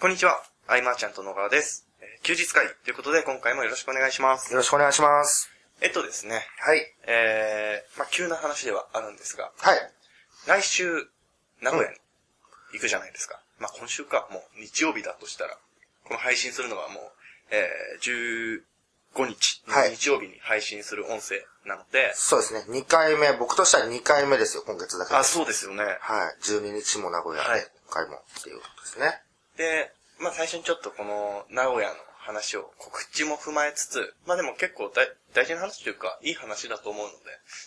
こんにちは。アイマーちゃんと野川です。えー休日会ということで、今回もよろしくお願いします。よろしくお願いします。えっとですね、はい。えー、まあ、急な話ではあるんですが、はい。来週、名古屋に行くじゃないですか。まあ、今週か、もう日曜日だとしたら、この配信するのはもう、えー、15日、はい日曜日に配信する音声なので、そうですね。2回目、僕としては2回目ですよ、今月だけで。あ、そうですよね。はい。12日も名古屋で、はい今回もっていうことですね。で、まあ最初にちょっとこの名古屋の話を告知も踏まえつつ、まあでも結構大大事な話というか、いい話だと思うので、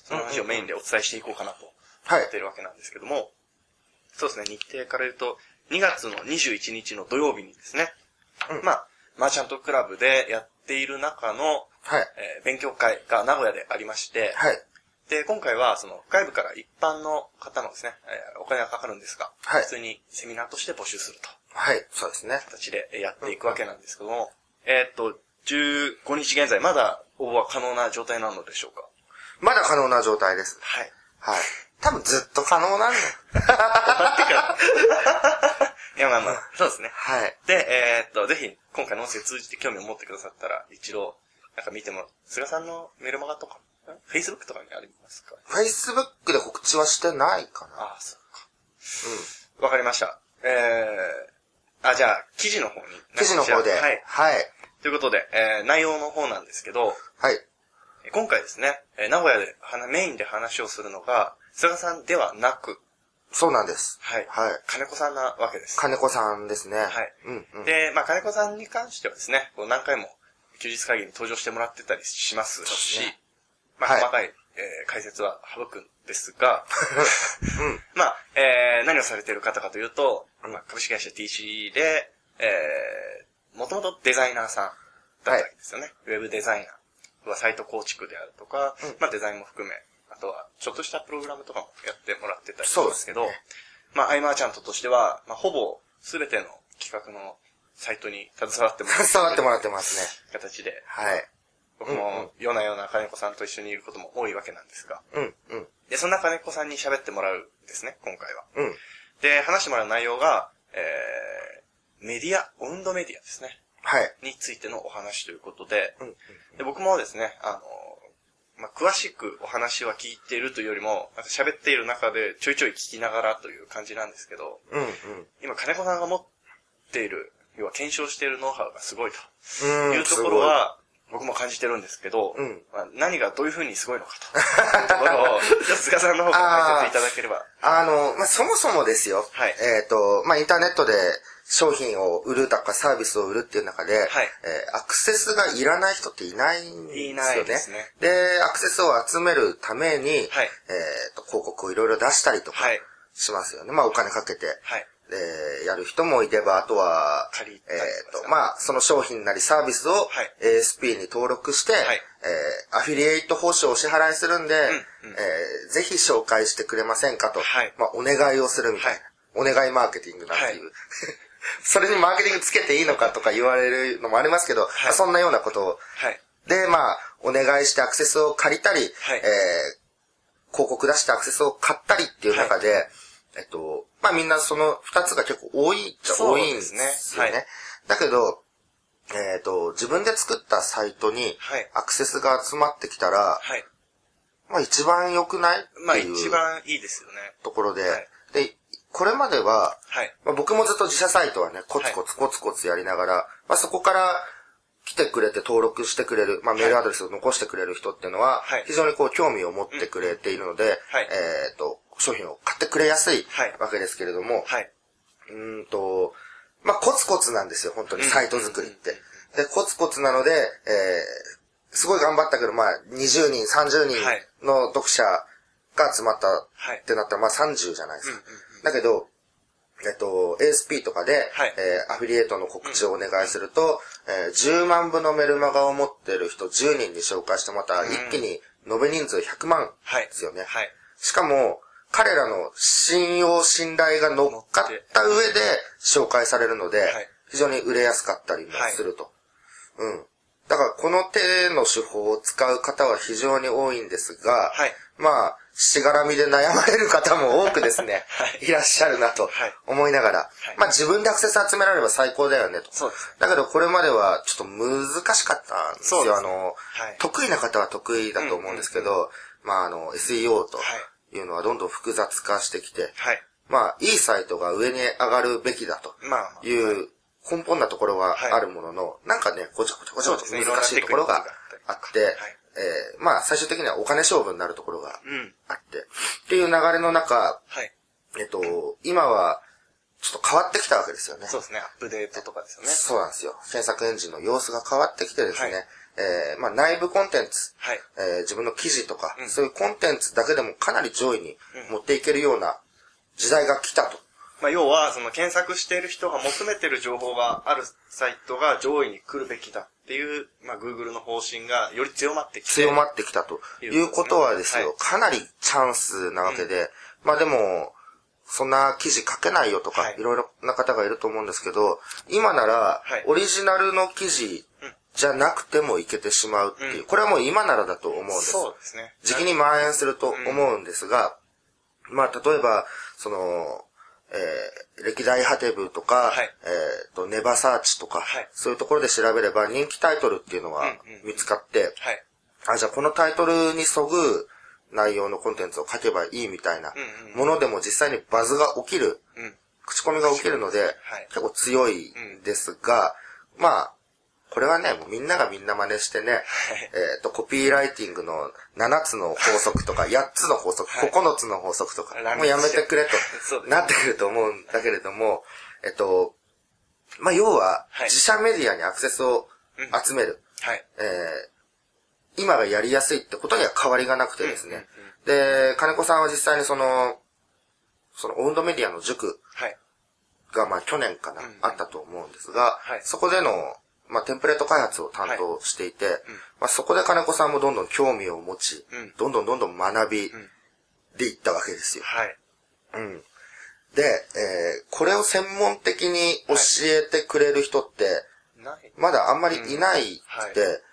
その話をメインでお伝えしていこうかなとはい思っているわけなんですけども、そうですね、日程から言うと、2月の21日の土曜日にですね、うんまあ、マーチャントクラブでやっている中の、はい。えー勉強会が名古屋でありまして、はい。で、今回は、その、外部から一般の方のですね、えーお金がかかるんですが、はい普通にセミナーとして募集すると。はい。そうですね。形でやっていくわけなんですけども、えーっと、15日現在、まだ応募は可能な状態なのでしょうかまだ可能な状態です。はい。はい。多分ずっと可能なんだ。 いや、まあまあ、そうですね。はい。で、えーっと、ぜひ、今回の音声通じて興味を持ってくださったら、一度、なんか見てもらう。菅さんのメルマガとか、ん Facebook とかにありますか Facebook で告知はしてないかな。ああ、そうか。わかりました。えー、あ、じゃあ、記事の方に。記事の方で。はい。はい。ということで、えー、内容の方なんですけど、はい。えー今回ですね、えー名古屋ではなメインで話をするのが、菅さんではなく、そうなんです。はいはい。金子さんなわけです。金子さんですね。はいうんうん。で、まあ、金子さんに関してはですね、こう何回も休日会議に登場してもらってたりしますし、そうですねまあ、はい細かい、えー解説は省くんです が、うん。 まあ、えー何をされている方かというと、まあ、株式会社 TC で、えー、もともとデザイナーさんだったわけですよね。ウェブデザイナー。あとはサイト構築であるとか、うんまあデザインも含め、あとはちょっとしたプログラムとかもやってもらってたりすそるうんでですすけねど、まあ、アイマーちゃんととしては、まあ、ほぼ全ての企画のサイトに携わっても ら伝わってもらっってますね。て形で、はい。僕も夜な夜な金子さんと一緒にいることも多いわけなんですが、うん、うん、で、そんな金子さんに喋ってもらうんですね、今回は。うん。で、話してもらう内容が、えー、メディア、オウンドメディアですね。はい。についてのお話ということで、うん、うん。で僕もですね、あの、まあ、詳しくお話は聞いているというよりも、なんか喋っている中でちょいちょい聞きながらという感じなんですけど、うん、今金子さんが持っている、要は検証しているノウハウがすごいうん。とうんいうところ、は、僕も感じてるんですけど、うんまあ、何がどういうふうにすごいのかというとこ ろを、じゃあ菅さんの方から解説いただければ。あの、まあ、そもそもですよ。はいえっ、と、まあ、インターネットで商品を売るとかサービスを売るっていう中で、はいえーアクセスがいらない人っていないんですよね。いないですねでアクセスを集めるために、えっ、と、広告をいろいろ出したりとかはい。しますよね。まあ、お金かけて。はい。えーやる人もいれば、あとは、借りたえりとかですかっ、と、まあ、その商品なりサービスをはい、 ASP に登録して、いえーアフィリエイト報酬をお支払いするんで、うんえーぜひ紹介してくれませんかと、はいまあ、お願いをするみたいな、お願いマーケティングなんていう。はい それにマーケティングつけていいのかとか言われるのもありますけど、まあそんなようなことを。はい。で、まあ、お願いしてアクセスを借りたり、えー広告出してアクセスを買ったりっていう中で、えっと、まあみんなその二つが結構多いっちゃ多いんですよね。そうですねはいだけど、えっ、と、自分で作ったサイトにはいアクセスが集まってきたら、はい。まあ一番良くないまあってい一う番いいですよね。ところで、はいで、これまでは、はい。まあ、僕もずっと自社サイトはね、コツコツコツコツやりながら、まあ、そこから来てくれて登録してくれる、まあ、メールアドレスを残してくれる人っていうのははい、非常にこう興味を持ってくれているので、はいえっ、と、商品を買ってくれやすいはいわけですけれども、はい。うーんと、まあ、コツコツなんですよ、本当に、うんサイト作りって。で、コツコツなので、えー、すごい頑張ったけど、まあ、20人、30はい人の読者が集まったはいってなったら、まあ、30じゃないですか。うんうんだけど、えっと、ASP とかで、はいえーアフィリエイトの告知をお願いすると、えー10万部のメルマガを持ってる人10人に紹介してもらったら、うん一気に延べ人数100万はい。ですよね。はい。しかも、彼らの信用、信頼が乗っかった上で紹介されるので、はい非常に売れやすかったりもすると。うん。だから、この手の手法を使う方は非常に多いんですが、はいまあ、しがらみで悩まれる方も多くですね、 はいい、らっしゃるなとはい思いながら、いまあ自分でアクセス集められれば最高だよねと。そうですね。だけどこれまではちょっと難しかったんですそよ。うですねあの、はい得意な方は得意だと思うんですけど、まああの、SEO というのはどんどん複雑化してきて、はい。まあいいサイトが上に上がるべきだとまあまあ。いう根本なところははいあるものの、なんかね、ごちゃごちゃごちゃごちそうでゃすね難しいところがあって、いろんなテクニックがあったりとかえーまあ最終的にはお金勝負になるところがうん。あって、っていう流れの中、はい。えっと、今はちょっと変わってきたわけですよね。そうですね。アップデートとかですよね。そうなんですよ。検索エンジンの様子が変わってきてですね、はえーまあ内部コンテンツ、はい。えー自分の記事とか、うんそういうコンテンツだけでもかなり上位に持っていけるような時代が来たと。まあ、要は、その検索している人が求めてる情報があるサイトが上位に来るべきだっていう、まあ、Google の方針がより強まってきて。強まってきたということはですよ、はいかなりチャンスなわけで、まあでも、そんな記事書けないよとか、はいい、ろいろな方がいると思うんですけど、今ならはい、オリジナルの記事じゃなくてもいけてしまうっていう、うんこれはもう今ならだと思うんです。そうですね。時期に蔓延すると思うんですが、まあ、例えば、その、えー歴代ハテブとか、はいえっ、と、ネバサーチとか、はいそういうところで調べれば人気タイトルっていうのはうんうん見つかって、はい。あ、じゃあこのタイトルにそぐ内容のコンテンツを書けばいいみたいなうんうんうんものでも実際にバズが起きる、うん。口コミが起きるので、結構強いうんですが、まあ、これはね、もうみんながみんな真似してね、えっ、と、コピーライティングの7つの法則とか、8つの法則、はい9つの法則とか乱立し、てもうやめてくれ そうですと、ねなってくると思うんだけれども、えっと、まあ、要は、はい自社メディアにアクセスを集める。はい。えー今がやりやすいってことには変わりがなくてですね。うんうんで、金子さんは実際にその、そのオウンドメディアの塾はい。がまあ去年かな、うんうんあったと思うんですが、はいそこでの、まあテンプレート開発を担当していて、まあそこで金子さんもどんどん興味を持ち、うんどんどんどんどん学びんでいったわけですよ。はい。うん。で、えーこれを専門的に教えてくれる人って、ない。まだあんまりいないって、う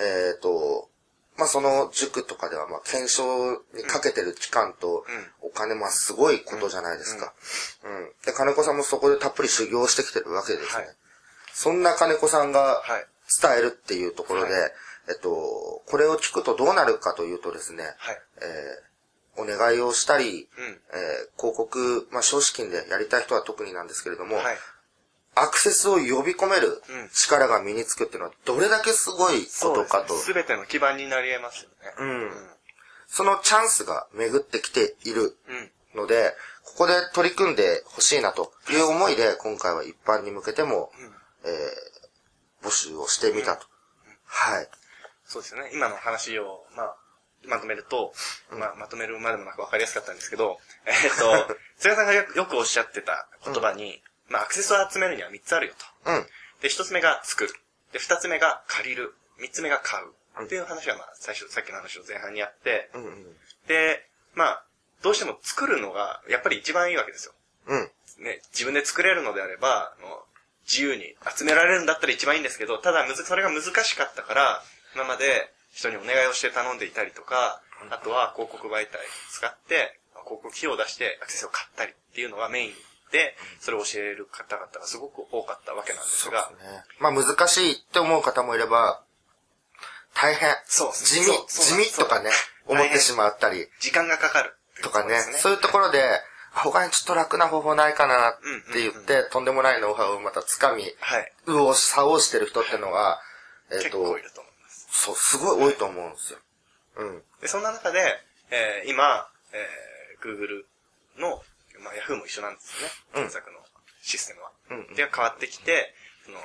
えっ、と、まあ、その塾とかでは、まあ、検証にかけてる期間と、お金、まあ、すごいことじゃないですか。うん。で、金子さんもそこでたっぷり修行してきてるわけですね。はいそんな金子さんがはい。伝えるっていうところで、はえっと、これを聞くとどうなるかというとですね、はい。えーお願いをしたり、うんえー広告、まあ、少子金でやりたい人は特になんですけれども、はい。アクセスを呼び込めるうん力が身につくっていうのはどれだけすごいことかと。すべての基盤になり得ますよね。うん。そのチャンスが巡ってきているうん。ので、ここで取り組んでほしいなという思いで、今回は一般に向けても、えー募集をしてみたと。はい。そうですよね。今の話を、まあ、まとめると、まあ、まとめるまでもなく分かりやすかったんですけど、 えーっと、菅さんがよよくおっしゃってた言葉に、まあ、アクセスを集めるには3つあるよと。うん。で、1つ目が作る。で、2つ目が借りる。3つ目が買う。っていう話が、まあ、最初、さっきの話を前半にあって、うんうん。で、まあ、どうしても作るのが、やっぱり一番いいわけですよ。うん。ね、自分で作れるのであれば、あの自由に集められるんだったら一番いいんですけど、ただむず、それが難しかったから、今まで人にお願いをして頼んでいたりとか、あとは広告媒体使って、広告費用を出してアクセスを買ったりっていうのがメインで、それを教える方々がすごく多かったわけなんですそうが、ですね。まあ難しいって思う方もいれば、大変。そうです地味そうそうなんで、地味すとかね、そう思ってしまったり。時間がかかるっていうとこかね、ですそういうところで、あ他にちょっと楽な方法ないかなって言っうて、とんでもないノウハウをまた掴み、はい。右往左往してる人ってのが、えっ結と、構いると思います。そう、すごい多いと思うんですよ。うん。で、そんな中で、えー今、えー Google の、まあ、Yahoo も一緒なんですよね。検索のシステムは。うんうんで、変わってきて、その、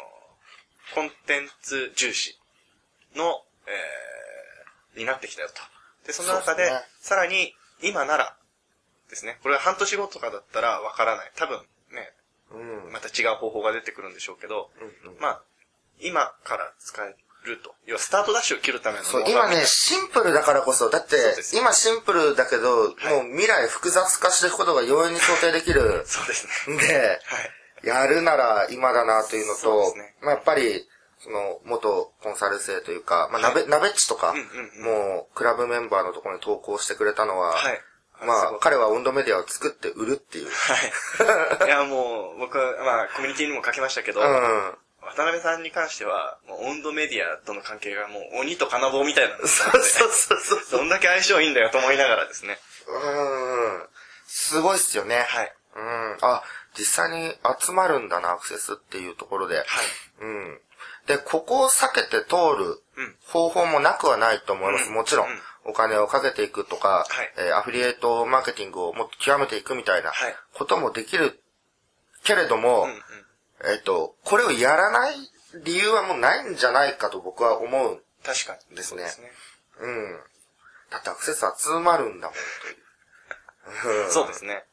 コンテンツ重視の、えーになってきたよと。で、そんな中で、そうですねさらに、今なら、ですね。これは半年後とかだったらわからない。多分、ね、うん。また違う方法が出てくるんでしょうけど、うんうんまあ、今から使えると。要は、スタートダッシュを切るための。そう、今ね、シンプルだからこそ、だってうで、す今シンプルだけど、はいもう未来複雑化していくことが容易に想定できるそうですね。んはで、い。やるなら今だなというのそうでと、すねまあやっぱり、その、元コンサル生というか、まあ、鍋、鍋っちとか、うんうんもう、クラブメンバーのところに投稿してくれたのは、はい。まあすご、い彼は温度メディアを作って売るっていう。 はい。いや、もう、僕、まあ、コミュニティにも書きましたけど、うん。渡辺さんに関しては、もう、温度メディアとの関係がもう、鬼と金棒みたいなんですよそうそうそうそ う。どんだけ相性いいんだよと思いながらですね。うん。すごいっすよね。はい。うん。あ、実際に集まるんだな、アクセスっていうところで。はい。うん。で、ここを避けて通るうん方法もなくはないと思います。うんもちろんうん。お金をかけていくとか、はいえーアフィリエイトマーケティングをもっと極めていくみたいなはいこともできるけれども、うんうん。えっ、と、これをやらない理由はもうないんじゃないかと僕は思う。確かに。ですそねうですね。うん。だってアクセス集まるんだもんという。そうですね。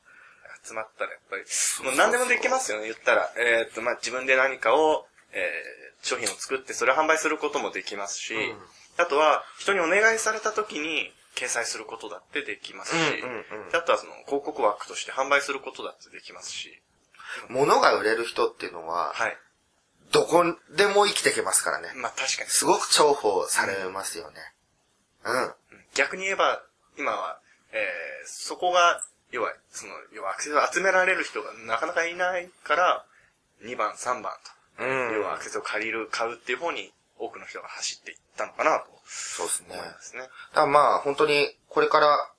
集まったらやっぱり、もう何でもできますよね、言ったら。えーっと、まあ、自分で何かを、えー商品を作ってそれを販売することもできますし、んあとは、人にお願いされた時に、掲載することだってできますし、うんうんうんあとはその、広告枠として販売することだってできますし、物が売れる人っていうのは、はい。どこでも生きてきますからね。まあ、確かに。すごく重宝されますよね。うん。逆に言えば、今は、えー、そこが、要は、その、要はアクセスを集められる人がなかなかいないから、2番、3番と、うん要はアクセスを借りる、買うっていう方に多くの人が走っていったのかなとそうですね。思いますね。だからまあ、本当に、これから、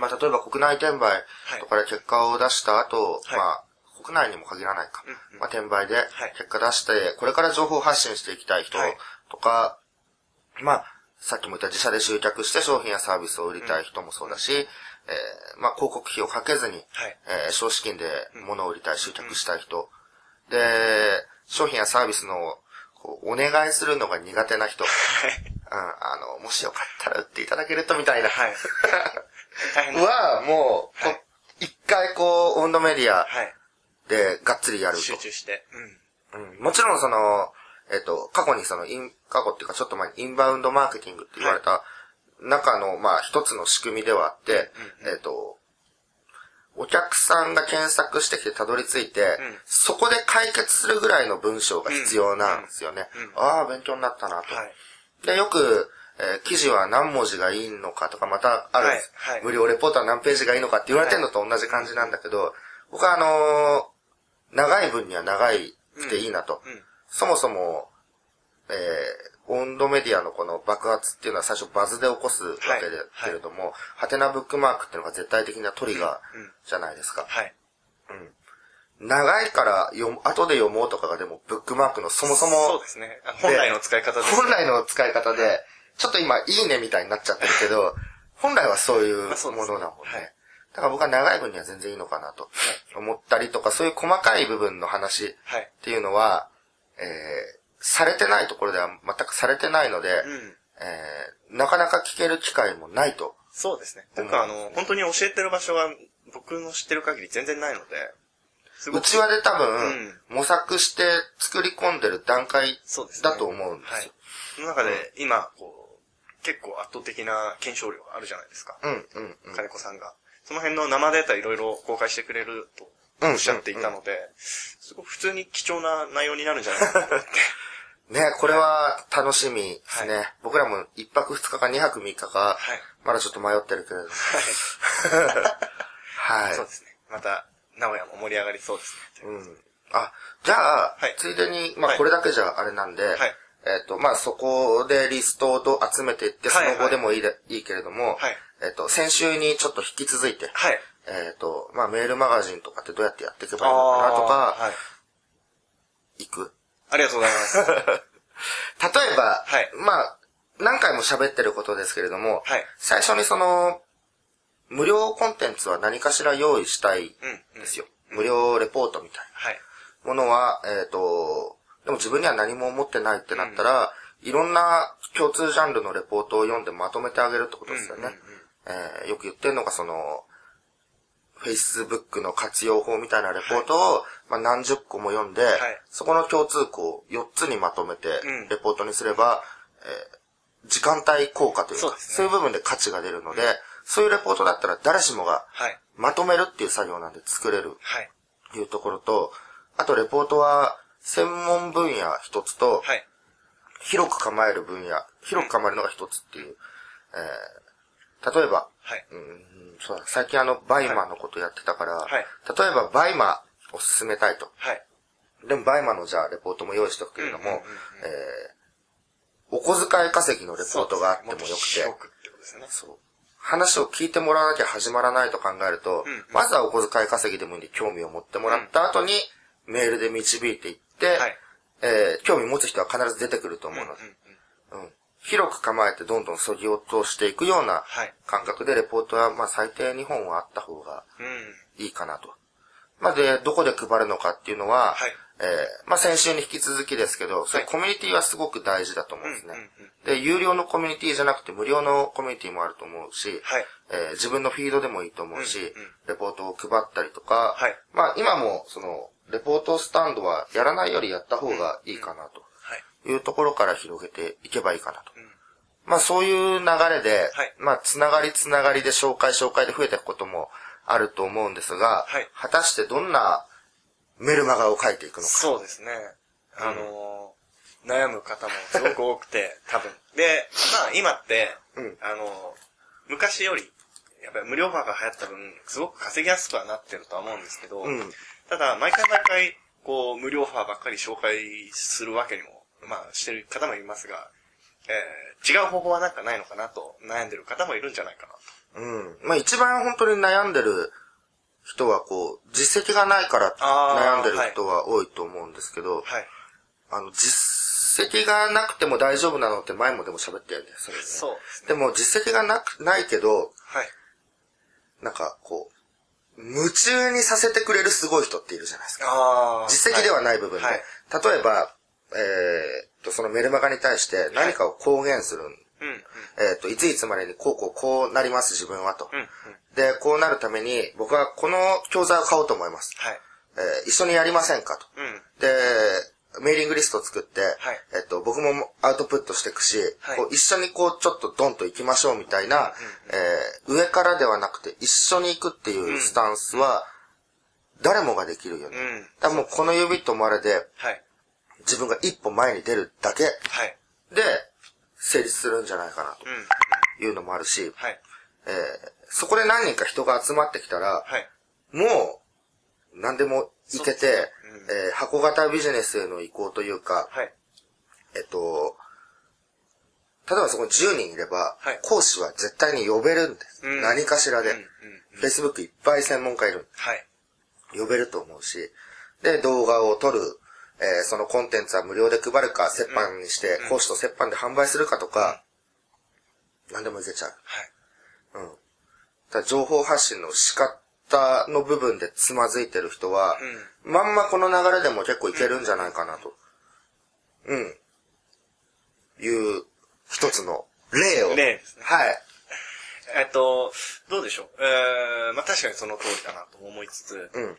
まあ、例えば国内転売とかで結果を出した後、はいまあ、国内にも限らないか。うんうんまあ、転売でい結果出して、これから情報発信していきたい人はいとか、まあ、さっきも言った自社で集客して商品やサービスを売りたい人もそうだし、えーまあ、広告費をかけずに、はい えー少資金で物を売りたい、集客したい人。で、商品やサービスの、こう、お願いするのが苦手な人。うん、あの、もしよかったら売っていただけるとみたいな。はい。大変です。 は、もう、こはい一回こう、温度メディアはい。でがっつりやる集中して。うん。と。うん、もちろんその、えっ、と、過去にその、イン、過去っていうかちょっと前にインバウンドマーケティングって言われた中の、まあ、一つの仕組みではあって、えっ、と、お客さんが検索してきてたどり着いて、んそこで解決するぐらいの文章が必要なんですよね。うんうんうんああ、勉強になったなと。はい。で、よく、えー記事は何文字がいいのかとか、またあるんです、はいはい無料レポートは何ページがいいのかって言われてるのと同じ感じなんだけど、僕はあのー長い分には長いくていいなと。うん。そもそも、えー、温度メディアのこの爆発っていうのは最初バズで起こすわけではいけれども、ハテナブックマークっていうのが絶対的なトリガうんうんーじゃないですか。はい。長いから読む、後で読もうとかがでもブックマークのそもそも、そうですね。あ本来の使い方ですね。本来の使い方で、ちょっと今、いいねみたいになっちゃってるけど、本来はそういうものまあだそうもですんねね。はいだから僕は長い分には全然いいのかなと思ったりとか、そういう細かい部分の話っはい。ていうのは、えー、されてないところでは全くされてないので、うん。えー、なかなか聞ける機会もないと。そうですね。なんかあ思うのん、本当に教えてる場所が僕の知ってる限り全然ないので、すうちわで多分、模索して作り込んでる段階そうですねだと思うんですよ。その中で、今、こう、結構圧倒的な検証量があるじゃないですか。うん、うん、うん。金子さんが。その辺の生データいろいろ公開してくれるとうんおっしゃっていたので、すごく普通に貴重な内容になるんじゃないかなと思って。 ね、これは楽しみですね。は僕らも一泊二日か二泊三日か、はいまだちょっと迷ってるけれども。はい。そうですね。また、名古屋も盛り上がりそうですね。うん。あ、じゃあ、はいついでに、まはあいこれだけじゃあれなんで、いえっ、と、まあそこでリストを集めていって、そはいの後でもいいで、い、いけれども、はいえっ、と、先週にちょっと引き続いて、はい。えっ、と、まあメールマガジンとかってどうやってやっていけばいいのかなとか、あーはい。行く。ありがとうございます。 例えば、はいまあ、何回も喋ってることですけれども、はい最初にその、無料コンテンツは何かしら用意したいんですよ。無料レポートみたいはい。なものは、えっ、と、でも自分には何も思ってないってなったら、いろんな共通ジャンルのレポートを読んでまとめてあげるってことですよね。うんうんうんえーよく言ってるのがその、Facebook の活用法みたいなレポートを、まあ、何十個も読んで、そこの共通項を4つにまとめてうん、レポートにすれば、えー時間帯効果というかそうそうですねいう部分で価値が出るので、そういうレポートだったら誰しもがはい。まとめるっていう作業なんで作れるはい。というところと、あとレポートは専門分野一つと、はい。広く構える分野、広く構えるのが一つっていう。えー例えば、はい。うん、そうだ、最近あの、バイマーのことやってたから、はい例えばバイマーを進めたいと。はい。でもバイマーのじゃあレポートも用意しておくけれども、うんうんうんうんえーお小遣い稼ぎのレポートがあってもよくて、そうですねもっと広くってことですよね。そう。話を聞いてもらわなきゃ始まらないと考えると、うんうんまずはお小遣い稼ぎでもいいんで興味を持ってもらった後に、メールで導いていって、はいえー興味持つ人は必ず出てくると思うので、うんうんうん広く構えてどんどん削ぎ落としていくようなはい感覚でレポートは、まあ最低2本はあった方がうん。うん。いいかなと。まあで、どこで配るのかっていうのは、はいえーまあ先週に引き続きですけど、それはいコミュニティはすごく大事だと思うんですね。うんうんうんで、有料のコミュニティじゃなくて無料のコミュニティもあると思うし、はいえー自分のフィードでもいいと思うし、うんうんレポートを配ったりとか、はいまあ今もその、レポートスタンドはやらないよりやった方がいいかなとはい。いうところから広げていけばいいかなと。んまあそういう流れで、はいまあつながりつながりで紹介紹介で増えていくこともあると思うんですが、はい果たしてどんなメルマガを書いていくのか。そうですね。あのー悩む方もすごく多く て、多分。で、まあ今って、うんあのー昔より、やっぱり無料バーが流行った分、すごく稼ぎやすくはなってるとは思うんですけど、うんただ、毎回毎回、こう、無料ファーばっかり紹介するわけにも、まあ、してる方もいますが、えー違う方法はなんかないのかなと、悩んでる方もいるんじゃないかなと。うん。まあ一番本当に悩んでる人はこう、実績がないからあー悩んでる人は多いと思うんですけど、はい。あの、実績がなくても大丈夫なのって前もでも喋ったよね、それね。そう。でも実績がなく、ないけど、はい。なんかこう、夢中にさせてくれるすごい人っているじゃないですか。あ実績ではない部分で。はい。例えば、えーっと、そのメルマガに対して何かを公言する。うん、うん、えーっと、いついつまでにこうこうこうなります、自分はと。うん、うん。で、こうなるために、僕はこの教材を買おうと思います。はい。えー一緒にやりませんかと。うん。で、メーリングリストを作って、えっと、僕もアウトプットしていくし、はいこう一緒にこう、ちょっとドンと行きましょうみたいな、えー上からではなくて一緒に行くっていうスタンスは、誰もができるよね。うんだからもうこの指とまれで、はい。自分が一歩前に出るだけはい。で、成立するんじゃないかなうん。というのもあるし、はい。えーそこで何人か人が集まってきたら、はい。もう、何でもいそうけて、ですえー箱型ビジネスへの移行というか、はい。えっと、例えばそこに10人いれば、はい講師は絶対に呼べるんです。うん何かしらで、うんうん Facebook いっぱい専門家いる。はい。呼べると思うし、で、動画を撮る、えーそのコンテンツは無料で配るか、折半にして、講師と折半で販売するかとか、何でもいけちゃう。はい。うん。ただ情報発信の仕方の部分でつまずいてる人は、まんまこの流れでも結構いけるんじゃないかなと。うん。いう、一つの例を。例ですねはい。えっと、どうでしょう。えー、まあ確かにその通りだなと思いつつ、うん。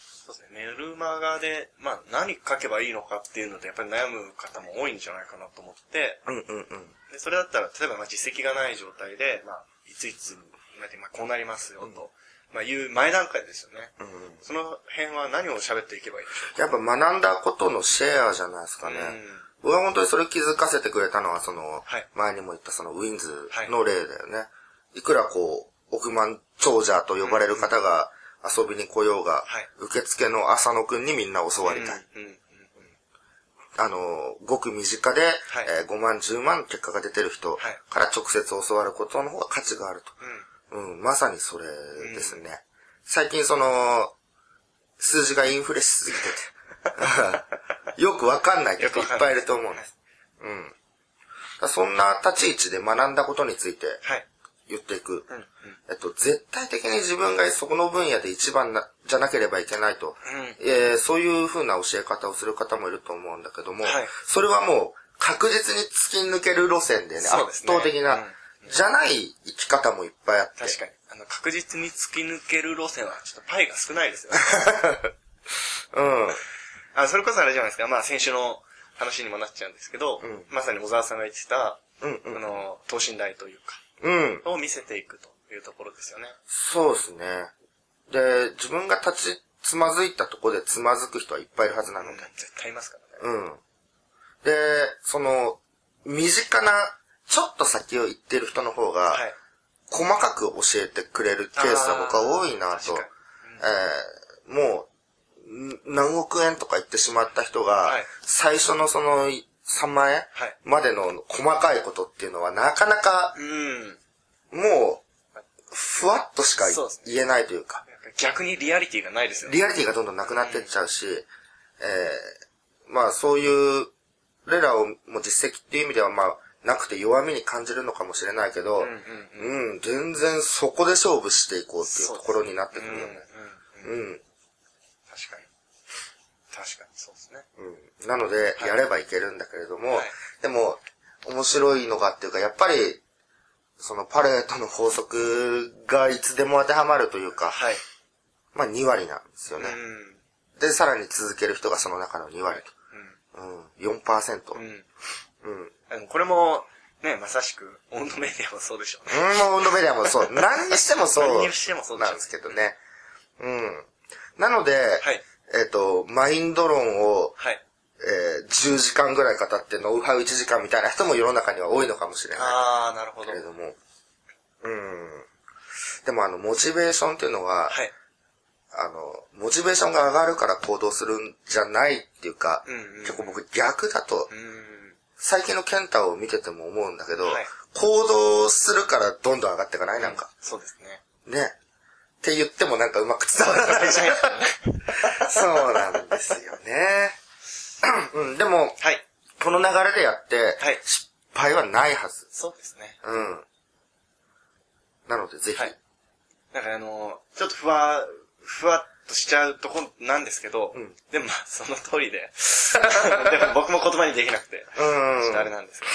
そうですね、メルマガで、まあ何書けばいいのかっていうので、やっぱり悩む方も多いんじゃないかなと思って、うんうんうん。でそれだったら、例えばまあ実績がない状態で、まあ、いついつまで、まあこうなりますよと、まあいう前段階ですよね。その辺は何を喋っていけばいいでしやっぱ学んだことのシェアじゃないですかね。うん僕は本当にそれ気づかせてくれたのは、その、はい前にも言ったそのウィンズの例だよね。い、くらこう、億万長者と呼ばれる方が遊びに来ようが、はい受付の浅野くんにみんな教わりょうたい。か。うん。うん。あの、ごく身近で、えー5万、10万結果が出てる人はいから直接教わることの方が価値があると。うん、まさにそれですね。最近その、数字がインフレしすぎてて、 よくわかんない人いっぱいいると思うんです。うん。だからそんな立ち位置で学んだことについてはい。言っていく。うん。うん。えっと、絶対的に自分がそこの分野で一番な、じゃなければいけないと、えーそういう風な教え方をする方もいると思うんだけども、はいそれはもう確実に突き抜ける路線でね、そうです圧ね倒的な、じゃない生き方もいっぱいあって、確かに。あの、確実に突き抜ける路線は、ちょっとパイが少ないですよね。うん。 あ、それこそあれじゃないですか。まあ、先週の話にもなっちゃうんですけど、んまさに小沢さんが言ってた、うんあの、等身大といううん。うん。か、を見せていくというところですよね。そうですね。で、自分が立ち、つまずいたとこでつまずく人はいっぱいいるはずなうのんで。絶対いますからね。うん。で、その、身近な、ちょっと先を行ってる人の方が、はい。細かく教えてくれるケースが僕は多いなと。あー確かえーもう、ん何億円とか言ってしまった人が、はい最初のそのい3万円はいまでの細かいことっていうのはなかなか、にうん。もう、ふわっとしかそうですね言えないというか、逆にリアリティがないですよね。リアリティがどんどんなくなってっちゃうし、えーまあそういう、俺らをもう実績っていう意味ではまあ、なくて弱みに感じるのかもしれないけうど、んうんうん、全然そこで勝負していこうっていうところになってくるよね。うんううん。ん。確かに。確かに、そうですね。うんなので、いやればいけるんだけれども、はいでも、面白いのがっていうか、やっぱり、そのパレートの法則がいつでも当てはまるというか、はい。まあ2割なんですよね。うん。で、さらに続ける人がその中の2割と。うん、4%。ううん。ん。うん。うん。うん、でもこれも、ね、まさしく、オンドメディアもそうでしょうね。もう運動メディアもそう。何にしてもそう。何にしてもそうでしなょんうですけどね。うん。なので、はい。えっ、と、マインド論を、はい。えー10時間ぐらい語って、ノウハウ1時間みたいな人も世の中には多いのかもしれない。あー、なるほど。けはれい。ども。うん。でもあの、モチベーションっていうのは、あの、モチベーションが上がるから行動するんじゃないっていうか、うんうん結構僕逆だと、うん。最近のケンタを見てても思うんだけど、はい行動するからどんどん上がっていかないなんか、そうです ね。ね。って言ってもなんかうまく伝わらないじゃん。 そうなんですよね。 うん、でも、はい。この流れでやって、はい失敗はないはず。そうですね。うん。なので、ぜひ。はいなんかあの、ちょっとふわ、ふわっとしちゃうとこなんですけど、うんでもまあ、その通り で。でも僕も言葉にできなくて、うん。ちょっとあれなんですけ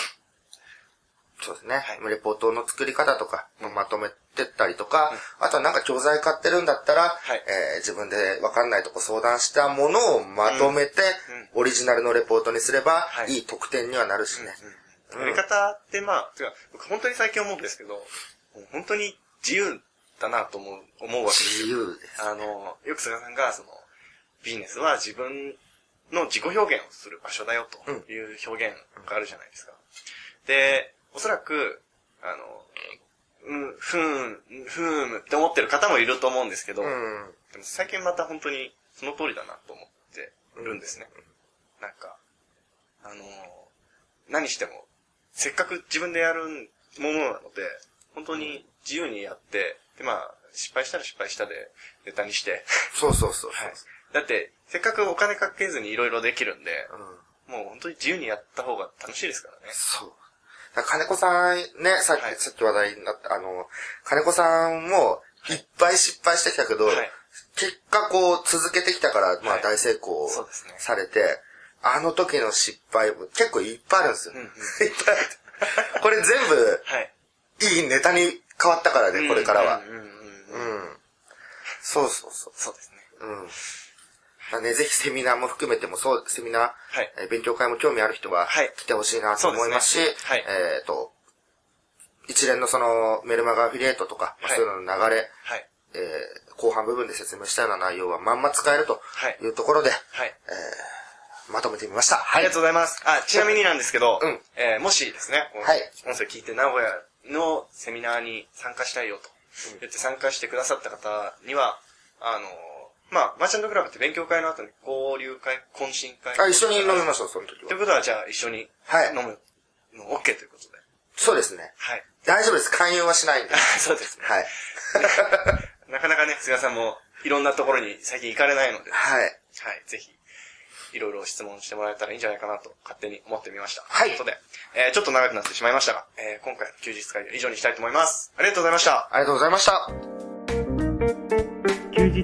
そうですね。はいレポートの作り方とか、まとめてったりとか、あとはなんか教材買ってるんだったら、いえー自分でわかんないとこ相談したものをまとめて、オリジナルのレポートにすれば、はいい、い得点にはなるしね。ど、やり方ってまあ、てか僕本当に最近思うんですけど、もう本当に自由だなと思う、思うわけですよ。自由です。あの、よく菅さんが、その、ビジネスは自分の自己表現をする場所だよという表現があるじゃないですか。で、おそらく、あの、うん、ふーん、ふーむって思ってる方もいると思うんですけど、うん。でも最近また本当にその通りだなと思ってるんですね。なんか、あのー何しても、せっかく自分でやるものなので、本当に自由にやって、で、まあ、失敗したら失敗したで、ネタにして。 そうそうそうそう。だって、せっかくお金かけずにいろいろできるんで、うんもう本当に自由にやった方が楽しいですからね。そう。だから金子さん、ね、さっき、はいさっき話題になった、あの、金子さんも、いっぱい失敗してきたけど、はい結果こう、続けてきたから、まはあい大成功そうですねされて、あの時の失敗、結構いっぱいあるんですよ。うんうん いっぱいあるこれ全部、はい。いいネタに変わったからね、これからはう。んうんうんううんん。そうそうそう。そうですね。うん。だね、ぜひセミナーも含めても、そう、セミナー、はいえー勉強会も興味ある人ははい、来てほしいなと思いますし、そうですねはいえっ、と、一連のその、メルマガアフィリエイトとか、まあはいそういうのの流れ、はい。えー後半部分で説明したような内容はまんま使えるとはいいうところで、はい。まとめてみました。あはりい。がとうございます。あ、ちなみになんですけど、うんえーもしですね、このはい音声聞いて名古屋のセミナーに参加したいよと言って参加してくださった方には、あのーまあ、マーチャントクラブって勉強会の後に交流会、懇親会。あ、一緒に飲みましょう、その時といはう。ことは、じゃあ一緒にはい飲むの OK ということで。 そうですね。はい。大丈夫です。勧誘はしないんで。そうですね。はい。 なかなかね、菅さんもいろんなところに最近行かれないので、はい、はい。ぜひ。いろいろ質問してもらえたらいいんじゃないかなと勝手に思ってみました。はいということで、えーちょっと長くなってしまいましたが、えー今回の休日会議は以上にしたいと思います。ありがとうございました。ありがとうございました。休日